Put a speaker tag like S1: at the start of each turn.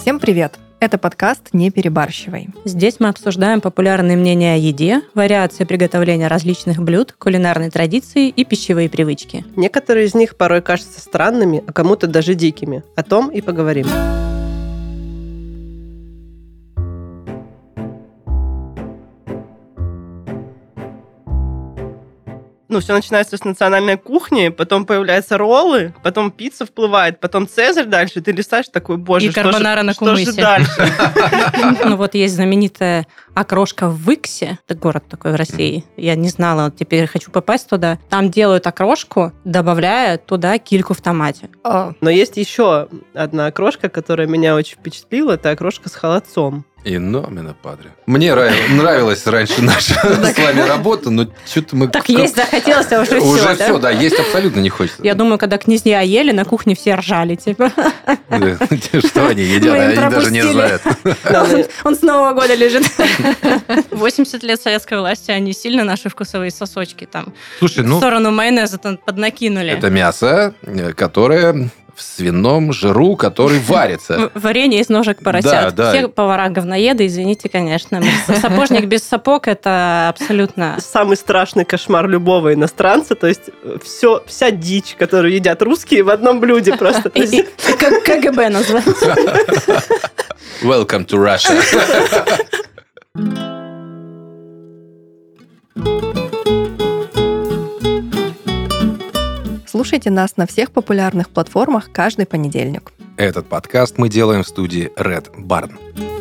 S1: Всем привет! Это подкаст «Не перебарщивай».
S2: Здесь мы обсуждаем популярные мнения о еде, вариации приготовления различных блюд, кулинарные традиции и пищевые привычки.
S3: Некоторые из них порой кажутся странными, а кому-то даже дикими. О том и поговорим. Ну, все начинается с национальной кухни, потом появляются роллы, потом пицца вплывает, потом Цезарь дальше. Ты листаешь такой, боже,
S2: И
S3: что, же,
S2: карбонара на
S3: что же
S2: кумысе.
S3: дальше?
S2: Ну вот есть знаменитая окрошка в Выксе. Это город такой в России. Я не знала, вот теперь хочу попасть туда. Там делают окрошку, добавляя туда кильку в томате.
S1: О,
S3: Но есть еще одна окрошка, которая меня очень впечатлила. Это окрошка с холодцом.
S4: И номина, падре. Мне рай- нравилась раньше наша с вами работа, но что-то мы...
S2: Так есть захотелось, а уже все.
S4: Уже все, да, есть абсолютно не хочется.
S2: Я думаю, когда князья ели, на кухне все ржали, типа.
S4: Да. Что они едят,
S2: Мы им
S4: они даже не
S2: пропустили.
S4: знают.
S2: Он, он с Нового года лежит. 80 лет советской власти, они сильно наши вкусовые сосочки там
S4: Слушай, ну,
S2: сторону майонеза там поднакинули.
S4: это мясо, э, которое в свином жиру, который варится.
S2: В- Варенье из ножек поросят.
S4: Да, да.
S2: Все повара говноеды, извините, конечно. Мы- Сапожник без сапог – это абсолютно...
S3: самый страшный кошмар любого иностранца. То есть все, вся дичь, которую едят русские в одном блюде просто. То
S2: И- и
S3: есть
S2: Как КГБ называется.
S4: Welcome to Russia.
S1: слушайте нас на всех популярных платформах каждый понедельник.
S4: Этот подкаст мы делаем в студии Red Barn.